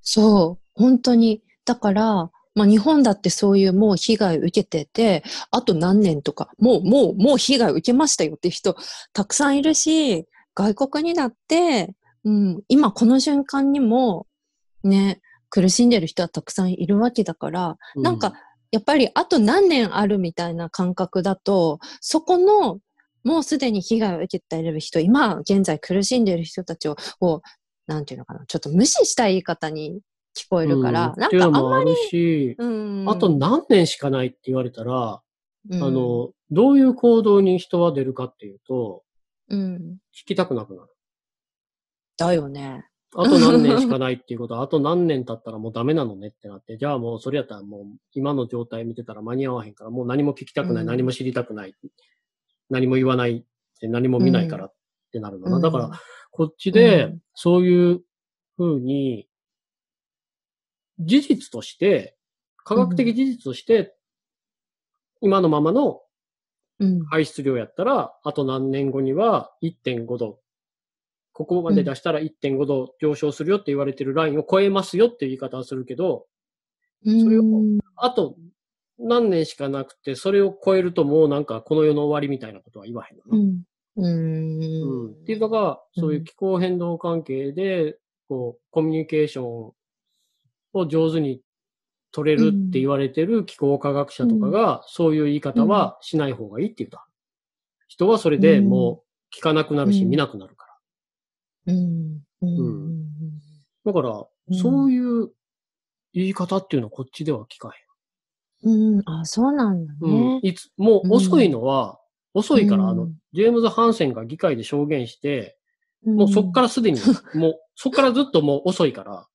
S1: そう、本当に。だから、まあ、日本だってそういうもう被害受けてて、あと何年とか、もうもうもう被害受けましたよって人たくさんいるし、外国になって、うん、今この瞬間にも、ね、苦しんでる人はたくさんいるわけだから、
S2: う
S1: なんか、やっぱりあと何年あるみたいな感覚だと、そこの、もうすでに被害を受けている人、今現在苦しんでいる人たちを、こう、なんていうのかな、ちょっと無視した言い方に聞こえるから、
S2: うん
S1: な
S2: っ
S1: ん
S2: ていう
S1: かあ
S2: の
S1: ん
S2: も
S1: ま
S2: あ
S1: り、
S2: るし、
S1: うん、
S2: あと何年しかないって言われたら、
S1: うん、
S2: あの、どういう行動に人は出るかっていうと、
S1: うん、
S2: 聞きたくなくなる。
S1: だよね。
S2: あと何年しかないっていうことは、あと何年経ったらもうダメなのねってなって、じゃあもうそれやったらもう今の状態見てたら間に合わへんから、もう何も聞きたくない、
S1: うん
S2: 何も知りたくない、何も言わない、何も見ないからってなるのな。だから、こっち
S1: う
S2: で
S1: ん、
S2: そういうふうに、事実として、科学的事実として、今のままの
S1: うん、
S2: 排出量やったら、あと何年後には1.5度。ここまで出したら1.5度上昇するよって言われてるラインを超えますよっていう言い方をするけど、
S1: うん、
S2: それを
S1: うん
S2: あと何年しかなくて、それを超えるともうなんかこの世の終わりみたいなことは言わへんの
S1: うん、う
S2: な。
S1: ん
S2: うんっていうのが、そういう気候変動関係で、こう、コミュニケーションを上手に取れるって言われてる気候科学者とかが、そういう言い方はしない方がいいって言った。人はそれでもう聞かなくなるし、
S1: うん
S2: 見なくなるか
S1: うん、うん、うん、
S2: ら。だから
S1: うん、
S2: そういう言い方っていうのはこっちでは聞か
S1: うん、あ、そうなんだ
S2: へん。うん
S1: ね。
S2: いつ、もう遅いのは、遅いから、あ
S1: う
S2: の
S1: ん、、
S2: ジェームズ・ハンセンが議会で証言して、もうそっかららす でに、もうそっからずっともう遅いから、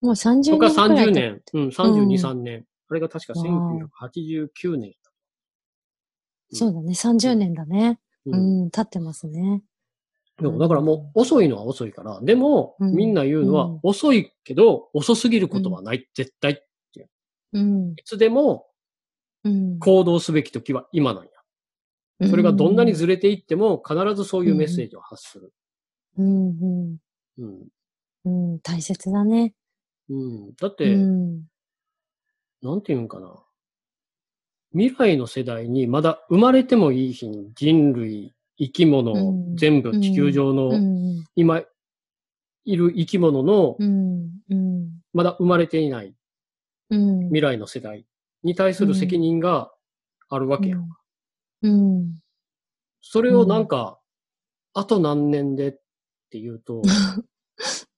S1: もう30
S2: そ
S1: 年
S2: こから
S1: くらい
S2: 30
S1: 経
S2: 年。うん、
S1: うん
S2: 32、3年。あれが確か
S1: わ
S2: 1989年。
S1: そうだね、30年だね。う
S2: う。
S1: んん、経ってますね。
S2: でもだからもう遅いのは遅いから、でも、
S1: うん
S2: みんな言うの
S1: う
S2: は
S1: ん
S2: 遅いけど、遅すぎることはない。絶対。い
S1: うん、
S2: つでも
S1: うん。
S2: 行動すべき時は今なんや。それがどんなにずれていっても必ずそういうメッセージを発する。
S1: うん、うん、
S2: うん。
S1: うん、うん大切だね。
S2: うん。だっ
S1: う
S2: て、
S1: ん、
S2: なんていうんかな。未来の世代にまだ生まれてもいい日に人類、生き物、
S1: うん
S2: 全部地球上の
S1: うん、
S2: 今いる生き物の
S1: うん、うん、
S2: まだ生まれていない
S1: うん。
S2: 未来の世代に対する責任があるわけよ。
S1: うん、
S2: それをなんか、あと何年でっていう と、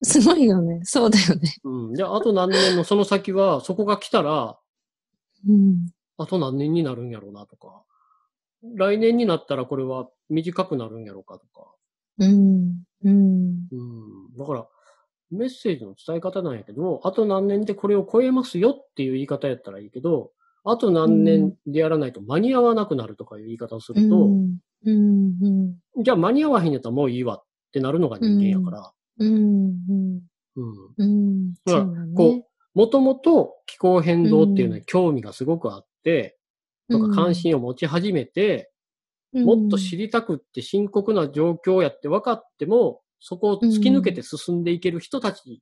S1: すごいよね。そうだよね。
S2: うん。で、あと何年のその先は、そこが来たら、
S1: うん。
S2: あと何年になるんやろうなとか、来年になったらこれは短くなるんやろうかとか、
S1: うん。うん。
S2: うん。だから、メッセージの伝え方なんやけど、あと何年でこれを超えますよっていう言い方やったらいいけど、あと何年でやらないと間に合わなくなるとかいう言い方をす
S1: う
S2: ると、
S1: ん。うん。うん。
S2: じゃあ間に合わへんやったらもういいわってなるのが人間やから、
S1: うん。
S2: うん。
S1: うん。
S2: だから
S1: そうだね
S2: こもともと気候変動っていうのに興味がすごくあって、とか関心を持ち始めて、
S1: うん、
S2: もっと知りたくって深刻な状況やって分かっても、そこを突き抜けて進んでいける人たち、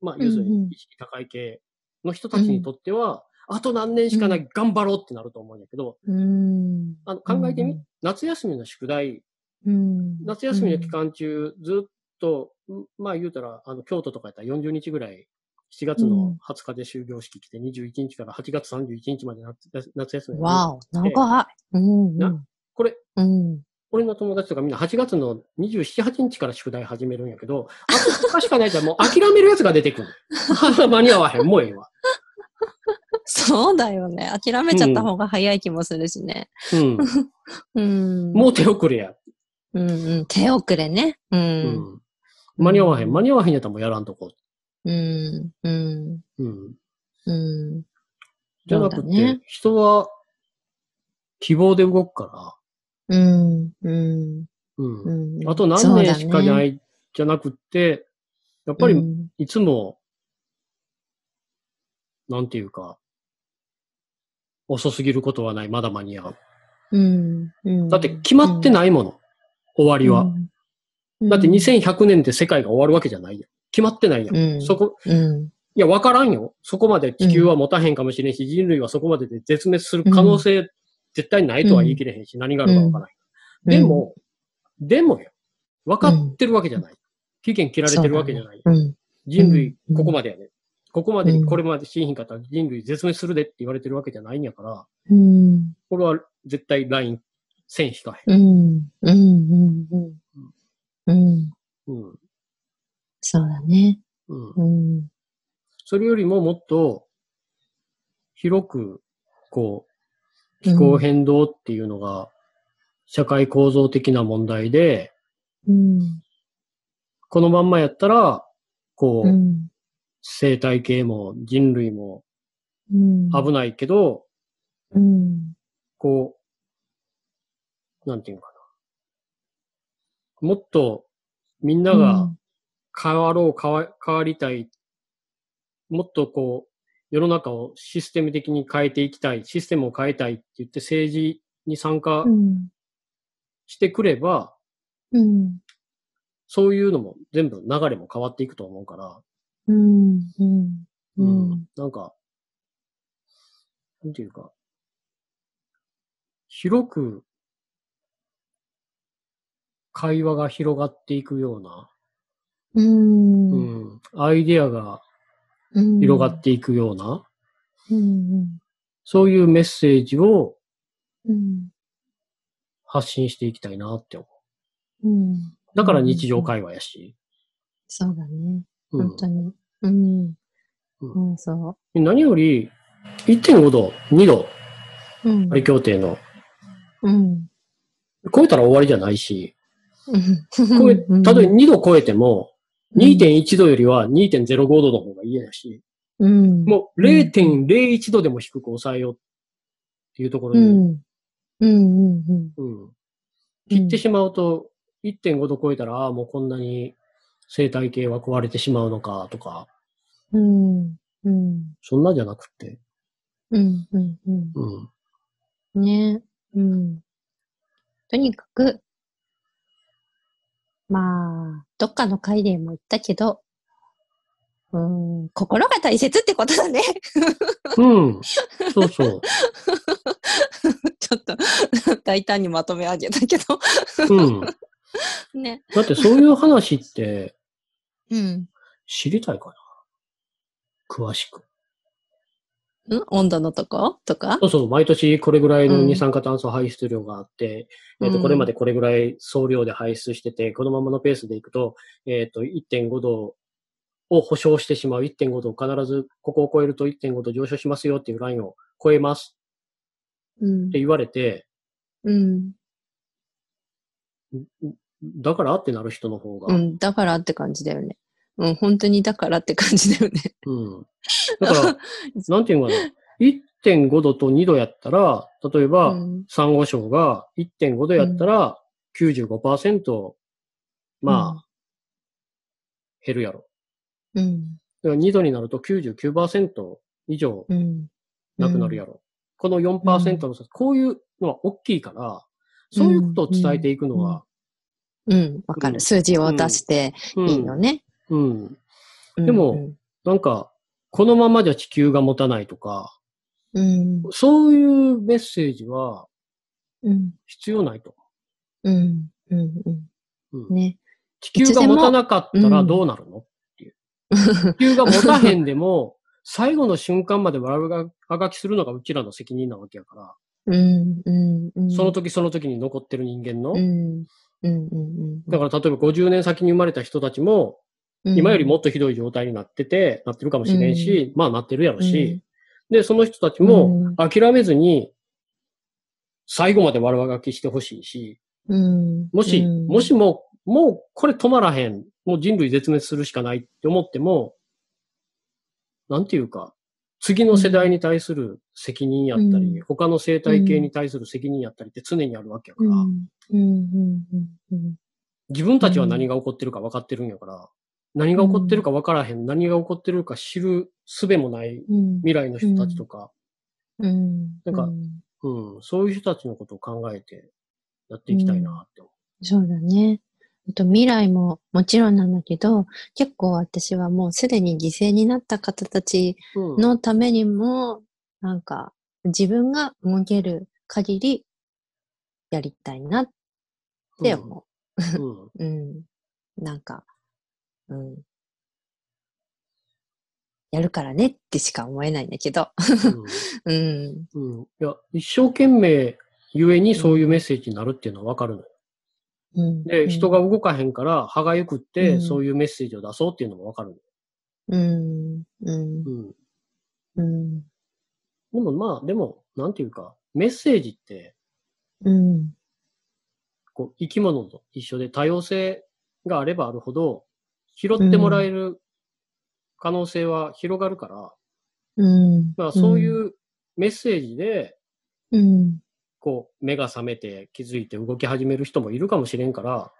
S2: まあ、
S1: うん
S2: 要するに意識高い系の人たちにとっては、あと何年しかな
S1: う
S2: い、頑張ろうってなると思うんだけど、
S1: うん。
S2: あの考えて
S1: う
S2: み
S1: ん、
S2: 夏休みの宿題、
S1: うん。
S2: 夏休みの期間中、ずっと、うんまあ言うたら、あの、京都とかやったら40日ぐらい、7月の20日で終業式来て、21日から8月31日まで夏夏休
S1: う
S2: み
S1: ん。
S2: やのに。
S1: わお、長い。うん。うん
S2: なこれ、
S1: うん。
S2: 俺の友達とかみんな8月の27、8日から宿題始めるんやけど、あと2日しかないからもう諦めるやつが出てくる。間に合わへん、もうええわ。
S1: そうだよね。諦めちゃった方が早い気もするしね。
S2: うん。
S1: うん。
S2: もう手遅れや。
S1: うんうん。手遅れね。う。
S2: うんん。間に合わへん、間に合わへんやったらもうやらんとこ。
S1: うん。うん。
S2: うん。
S1: うん。
S2: じゃなく
S1: そうだ
S2: て
S1: ね、
S2: 人は希望で動くか
S1: うん。うん。
S2: ら、うん
S1: う。ん。
S2: あと何年しかない、じゃなくって、やっぱ
S1: そうだね。う
S2: り
S1: ん
S2: いつも、なんていうか、遅すぎることはない、まだ間に合う。
S1: うん。うん
S2: だって決まってないもの、終わりは。。
S1: うん
S2: だって。2100年で世界が終わるわけじゃないやん。決まってないやん。
S1: うん
S2: そこ、
S1: うん。
S2: いや、わからんよ。そこまで地球は持たへんかもしれんし、人類はそこまでで絶滅する可能性、絶対ないとは言い切れへんし、何があるかわからん。でも、でもよ。分かってるわけじゃない。期限切られてるわけじゃない。
S1: うん、うん。
S2: 人類
S1: う、ん
S2: ここまでやね。ここまで
S1: う
S2: に
S1: ん
S2: これまでしひんかったら人類絶滅するでって言われてるわけじゃないんやから、
S1: うん。
S2: これは絶対ライン、線引かへ
S1: う
S2: ん。
S1: ん。うん。うん。うん。うん。
S2: うん。
S1: そうだね。
S2: うん。
S1: うん。
S2: それよりももっと、広く、こう、気候変動っていうのが、社会構造的な問題で、
S1: うん。
S2: このまんまやったら、こ
S1: う
S2: う、
S1: ん。
S2: 生態系も人類も
S1: うん。
S2: 危ないけど、
S1: うん。
S2: こう、なんていうのかな。もっとみんなが変わろう、変わ変わりたい。もっとこう、世の中をシステム的に変えていきたい、システムを変えたいって言って政治に参加
S1: うん。
S2: してくれば、
S1: うん。
S2: そういうのも全部流れも変わっていくと思うから、
S1: うん。うん。うん。
S2: なんか、なんていうか、広く会話が広がっていくような、
S1: うん。
S2: うん、アイデアが
S1: うん。
S2: 広がっていくような、
S1: うん。
S2: そういうメッセージを
S1: うん。
S2: 発信していきたいなって思
S1: うん。
S2: う。だから日常会話やし、
S1: そうだね。
S2: う
S1: 本当に。うん。うん、そ
S2: ん、何より1.5度、2度、
S1: う。うん。
S2: パリ協定の、
S1: うん。
S2: 超えたら終わりじゃないし、超
S1: こ
S2: え、たとえ2度超えても、2.1度よりは2.05度の方が嫌やし、
S1: うん。
S2: もう0.01度でも低く抑えようっていうとこ
S1: う
S2: ろに、
S1: ん。うん。うん。うん。
S2: うん切ってしまうと、1.5度超えたら、ああ、もうこんなに生態系は壊れてしまうのかとか、
S1: うん。うん。
S2: そんなんじゃなくって、
S1: うん。うん。うん。
S2: うん。
S1: ね。うん。とにかく、まあ、どっかの回でも言ったけど、うん、心が大切ってことだね。
S2: うん。そうそう。
S1: ちょっと、大胆にまとめ上げたけど。
S2: うん。
S1: ね。
S2: だってそういう話って
S1: うん。
S2: 知りたいかな詳しく。
S1: ん温度のとことか
S2: そうそう、毎年これぐらいの
S1: うん
S2: 二酸化炭素排出量があって、えっ、
S1: う
S2: と、
S1: ん
S2: これまでこれぐらい総量で排出してて、このままのペースでいくと、えっ、と、1.5度を保証してしまう。1.5度を必ず、ここを超えると1.5度上昇しますよっていうラインを超えます
S1: うん
S2: って。言われて、
S1: うん。
S2: だからってなる人の方が、
S1: う
S2: うん。
S1: ん。だからって感じだよね。うん、本当にだからって感じだよね。
S2: だ から、なんていうのかな。1.5度と2度やったら、例えば、
S1: うん
S2: サンゴ礁が1.5度やったら95%、まあ、減るやろ。
S1: うん。
S2: だから2度になると99%以上
S1: うん。
S2: なくなるやろ。この4%の差、こういうのは大きいから、そういうことを伝えていくのは、
S1: うん、わか
S2: うん
S1: る。数字を出して
S2: うん
S1: いいのね。
S2: うん。
S1: うん
S2: でも、なんか、このままじゃ地球が持たないとか、
S1: うん。
S2: そういうメッセージは
S1: うん。
S2: 必要ないと。
S1: うん。うん。うん
S2: うん
S1: ね。
S2: 地球が持たなかったらどうなるのっていう。地球が持たへんでも、 最後の瞬間まで悪あがきするのがうちらの責任なわけやから、
S1: うん。うん。うん
S2: その時その時に残ってる人間の
S1: う、ん。うん。うん。
S2: だから例えば50年先に生まれた人たちも、
S1: ら
S2: 今よりもっとひどい状態になってて、なってるかもしれんし、まあなってるやろし、で、その人たちも諦めずに、最後まで悪あがきしてほしいし、
S1: うん、
S2: もし、
S1: うん
S2: もし、も、もうこれ止まらへん、もう人類絶滅するしかないって思っても、なんていうか、次の世代に対する責任やった
S1: う
S2: り、
S1: ん
S2: 他の生態系に対する責任やったりって常にあるわけや
S1: う
S2: か
S1: ん
S2: ら、
S1: うんうんうんうん
S2: 自分たちは何が起こってるか分かってるんやから、何が起こってるか分からへん、何が起こってるか知る術もない
S1: うん
S2: 未来の人たちとか、
S1: うん、
S2: なんかうん、そういう人たちのことを考えてやっていきたいなって思
S1: そうだね。あと未来ももちろんなんだけど、結構私はもうすでに犠牲になった方たち
S2: う。うん
S1: のためにも、なんか自分が動ける限りやりたいなって思
S2: うん
S1: う。うん。なんか、うん。やるからねってしか思えないんだけど。
S2: うん
S1: うん。
S2: うん。いや、一生懸命ゆえにそういうメッセージになるっていうのはわかるのよ。
S1: うん、
S2: で、人
S1: が、
S2: が動かへんから、歯がゆくっ
S1: う
S2: て、
S1: ん
S2: そういうメッセージを出そうっていうのもわかる
S1: うん、うん
S2: の、よ。
S1: う
S2: うん。
S1: ん、
S2: でもまあ、でも、なんていうか、メッセージって、
S1: うん、
S2: こう、生き物と一緒で多様性があればあるほど、拾ってもらえる可能性は広がるから、
S1: うん。、
S2: まあそういううメッセージで、
S1: うん、
S2: こう、目が覚めて気づいて動き始める人もいるかもしれんから、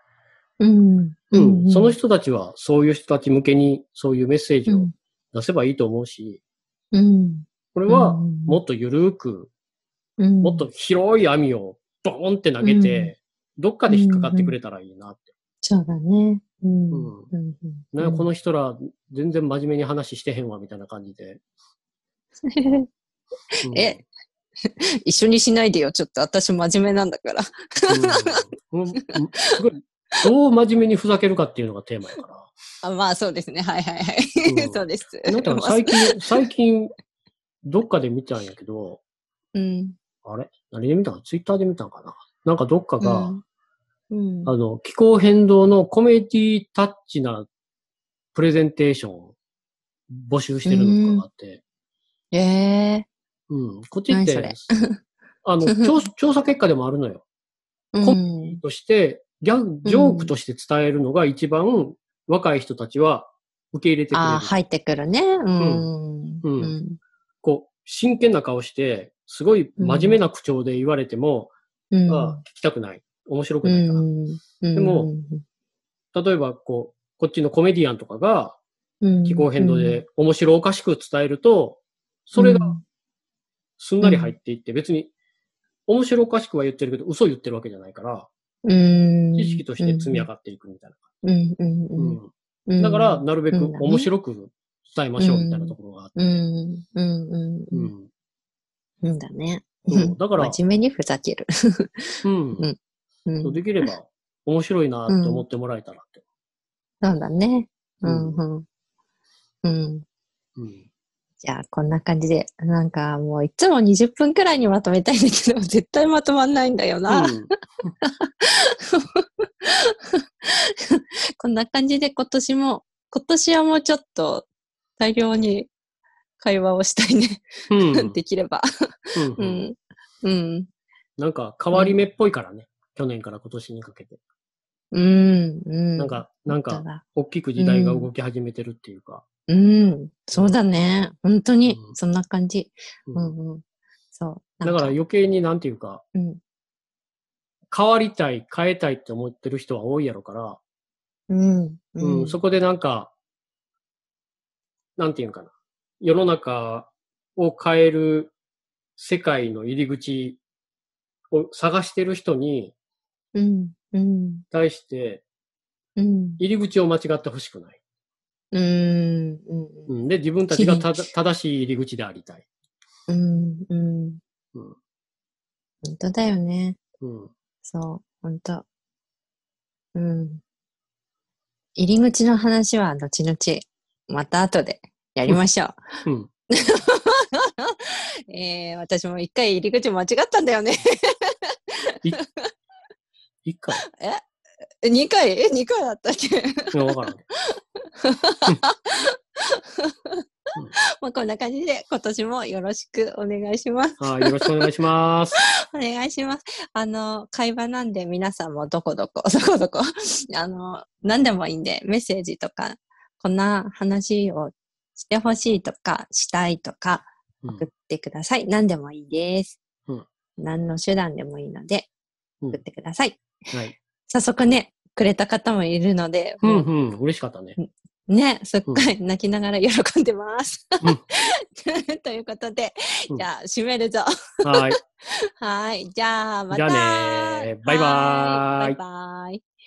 S1: うん、
S2: うん、その人たちはそういう人たち向けにそういうメッセージ
S1: う
S2: を
S1: ん、
S2: 出せばいいと思うし、
S1: うん、
S2: これは
S1: うんうん
S2: もっとゆるーく、
S1: うん
S2: もっと広い網をドーンって投げて、どっかで引っかかってくれたらいいなって。
S1: そうだね。うん、
S2: うん
S1: うん、うん
S2: なんかこの人ら全然真面目に話してへんわみたいな感じで。う ん
S1: え、一緒にしないでよ。ちょっと私真面目なんだから。
S2: うんうんすごいどう真面目にふざけるかっていうのがテーマやから。
S1: あまあそうですね。はいはいは
S2: うん
S1: い。 そうです。
S2: なんか
S1: まあ
S2: 最近、最近、どっかで見たんやけど、
S1: うん。
S2: あれ何で見たのツイッターで見たんかななんかどっかが、
S1: うん。
S2: あの、気候変動のコメディタッチなプレゼンテーションを募集してるのとかがあって、
S1: ええ
S2: うん、こっちっ
S1: 何
S2: て、あの 調、調査結果でもあるのよ。
S1: ー。うん。
S2: そして、ギャグ、ジョークとして伝えるのが一番若い人たちは受け入れてくれる。
S1: ああ、入ってくるね。うん。
S2: うん
S1: ん。
S2: こう、真剣な顔して、すごい真面目な口調で言われても、
S1: うん。
S2: ああ聞きたくない。面白く
S1: う
S2: ないから。
S1: ん。うん
S2: でも、例えば、こう、こっちのコメディアンとかが、
S1: うん
S2: 気候変動、で面白おかしく伝えると、それがすんなり入っていって、別に面白おかしくは言ってるけど、嘘言ってるわけじゃないから、
S1: うん、
S2: 知識として積み上
S1: が
S2: がっていくみたい
S1: うんうん
S2: な。
S1: うん
S2: う
S1: うん
S2: ん。だから、
S1: うん
S2: なるべく
S1: うん
S2: 面白く伝えましょうみたいなところがあって。
S1: うんうん
S2: う
S1: うん
S2: ん。
S1: うんだね。
S2: そうだから、
S1: 真面目にふざける。
S2: うん
S1: うん。うん
S2: そ
S1: そうう
S2: できれば面白いなって思ってもらえたらって。
S1: だね。うんうん。うん。
S2: うん。
S1: じゃあ、こんな感じで、なんかもういつも20分くらいにまとめたいんだけど、絶対まとまんないんだよな。
S2: うん
S1: こんな感じで今年も、今年はもうちょっと大量に会話をしたいね。
S2: うん。うん
S1: できれば。う
S2: うん
S1: ん。うん。
S2: なんか変わり目っぽいからね。去年から今年にかけて。
S1: うん。うん。
S2: なんか、なん
S1: 本
S2: か
S1: 当、だ
S2: 大きく時代が動き始めてるっていうか。
S1: うん。そうだね。本当に
S2: う、ん
S1: そんな感じ。う
S2: うん
S1: んうん。そう。
S2: だから
S1: なん、
S2: 余計になんていうか、
S1: うん。
S2: 変わりたい、変えたいって思ってる人は多いやろから、
S1: うん。
S2: うん、そこでなんか、なんていうんかな。世の中を変える世界の入り口を探してる人に
S1: うん。うん。
S2: 対して、
S1: うん。
S2: 入り口を間違ってほしくない。
S1: うん。うん。
S2: うん、で、自分たちがただ正しい入り口でありたい。
S1: うん。うん。
S2: うん
S1: 本当だよね。
S2: うん。
S1: そう。本当。うん。入り口の話は後々、また後でやりましょう。
S2: うん。
S1: えー、私も一回入り口間違ったんだよね。
S2: いいか。
S1: え二回え、二回だったっけ
S2: うんわからん。
S1: まあこんな感じで今年もよろしくお願いします。
S2: はい、よろしくお願いします。
S1: お願いします。あの、会話なんで皆さんもどこどこ、 どこどこ、あの、何でもいいんで、メッセージとか、こんな話をしてほしいとか、したいとか、
S2: うん
S1: 送ってください。何でもいいです。
S2: うん
S1: 何の手段でもいいので、
S2: うん
S1: 送ってください。
S2: はい。
S1: 早速ね、くれた方もいるので、
S2: う
S1: も
S2: ん
S1: う
S2: うん、嬉しかったね。
S1: ね、すっごい泣きながら喜んでます。
S2: うん
S1: ということで、
S2: うん
S1: じゃあ、締めるぞ。
S2: はい。
S1: はい。じゃあ、また。
S2: じゃあねバイバーイ
S1: はいバイバイ。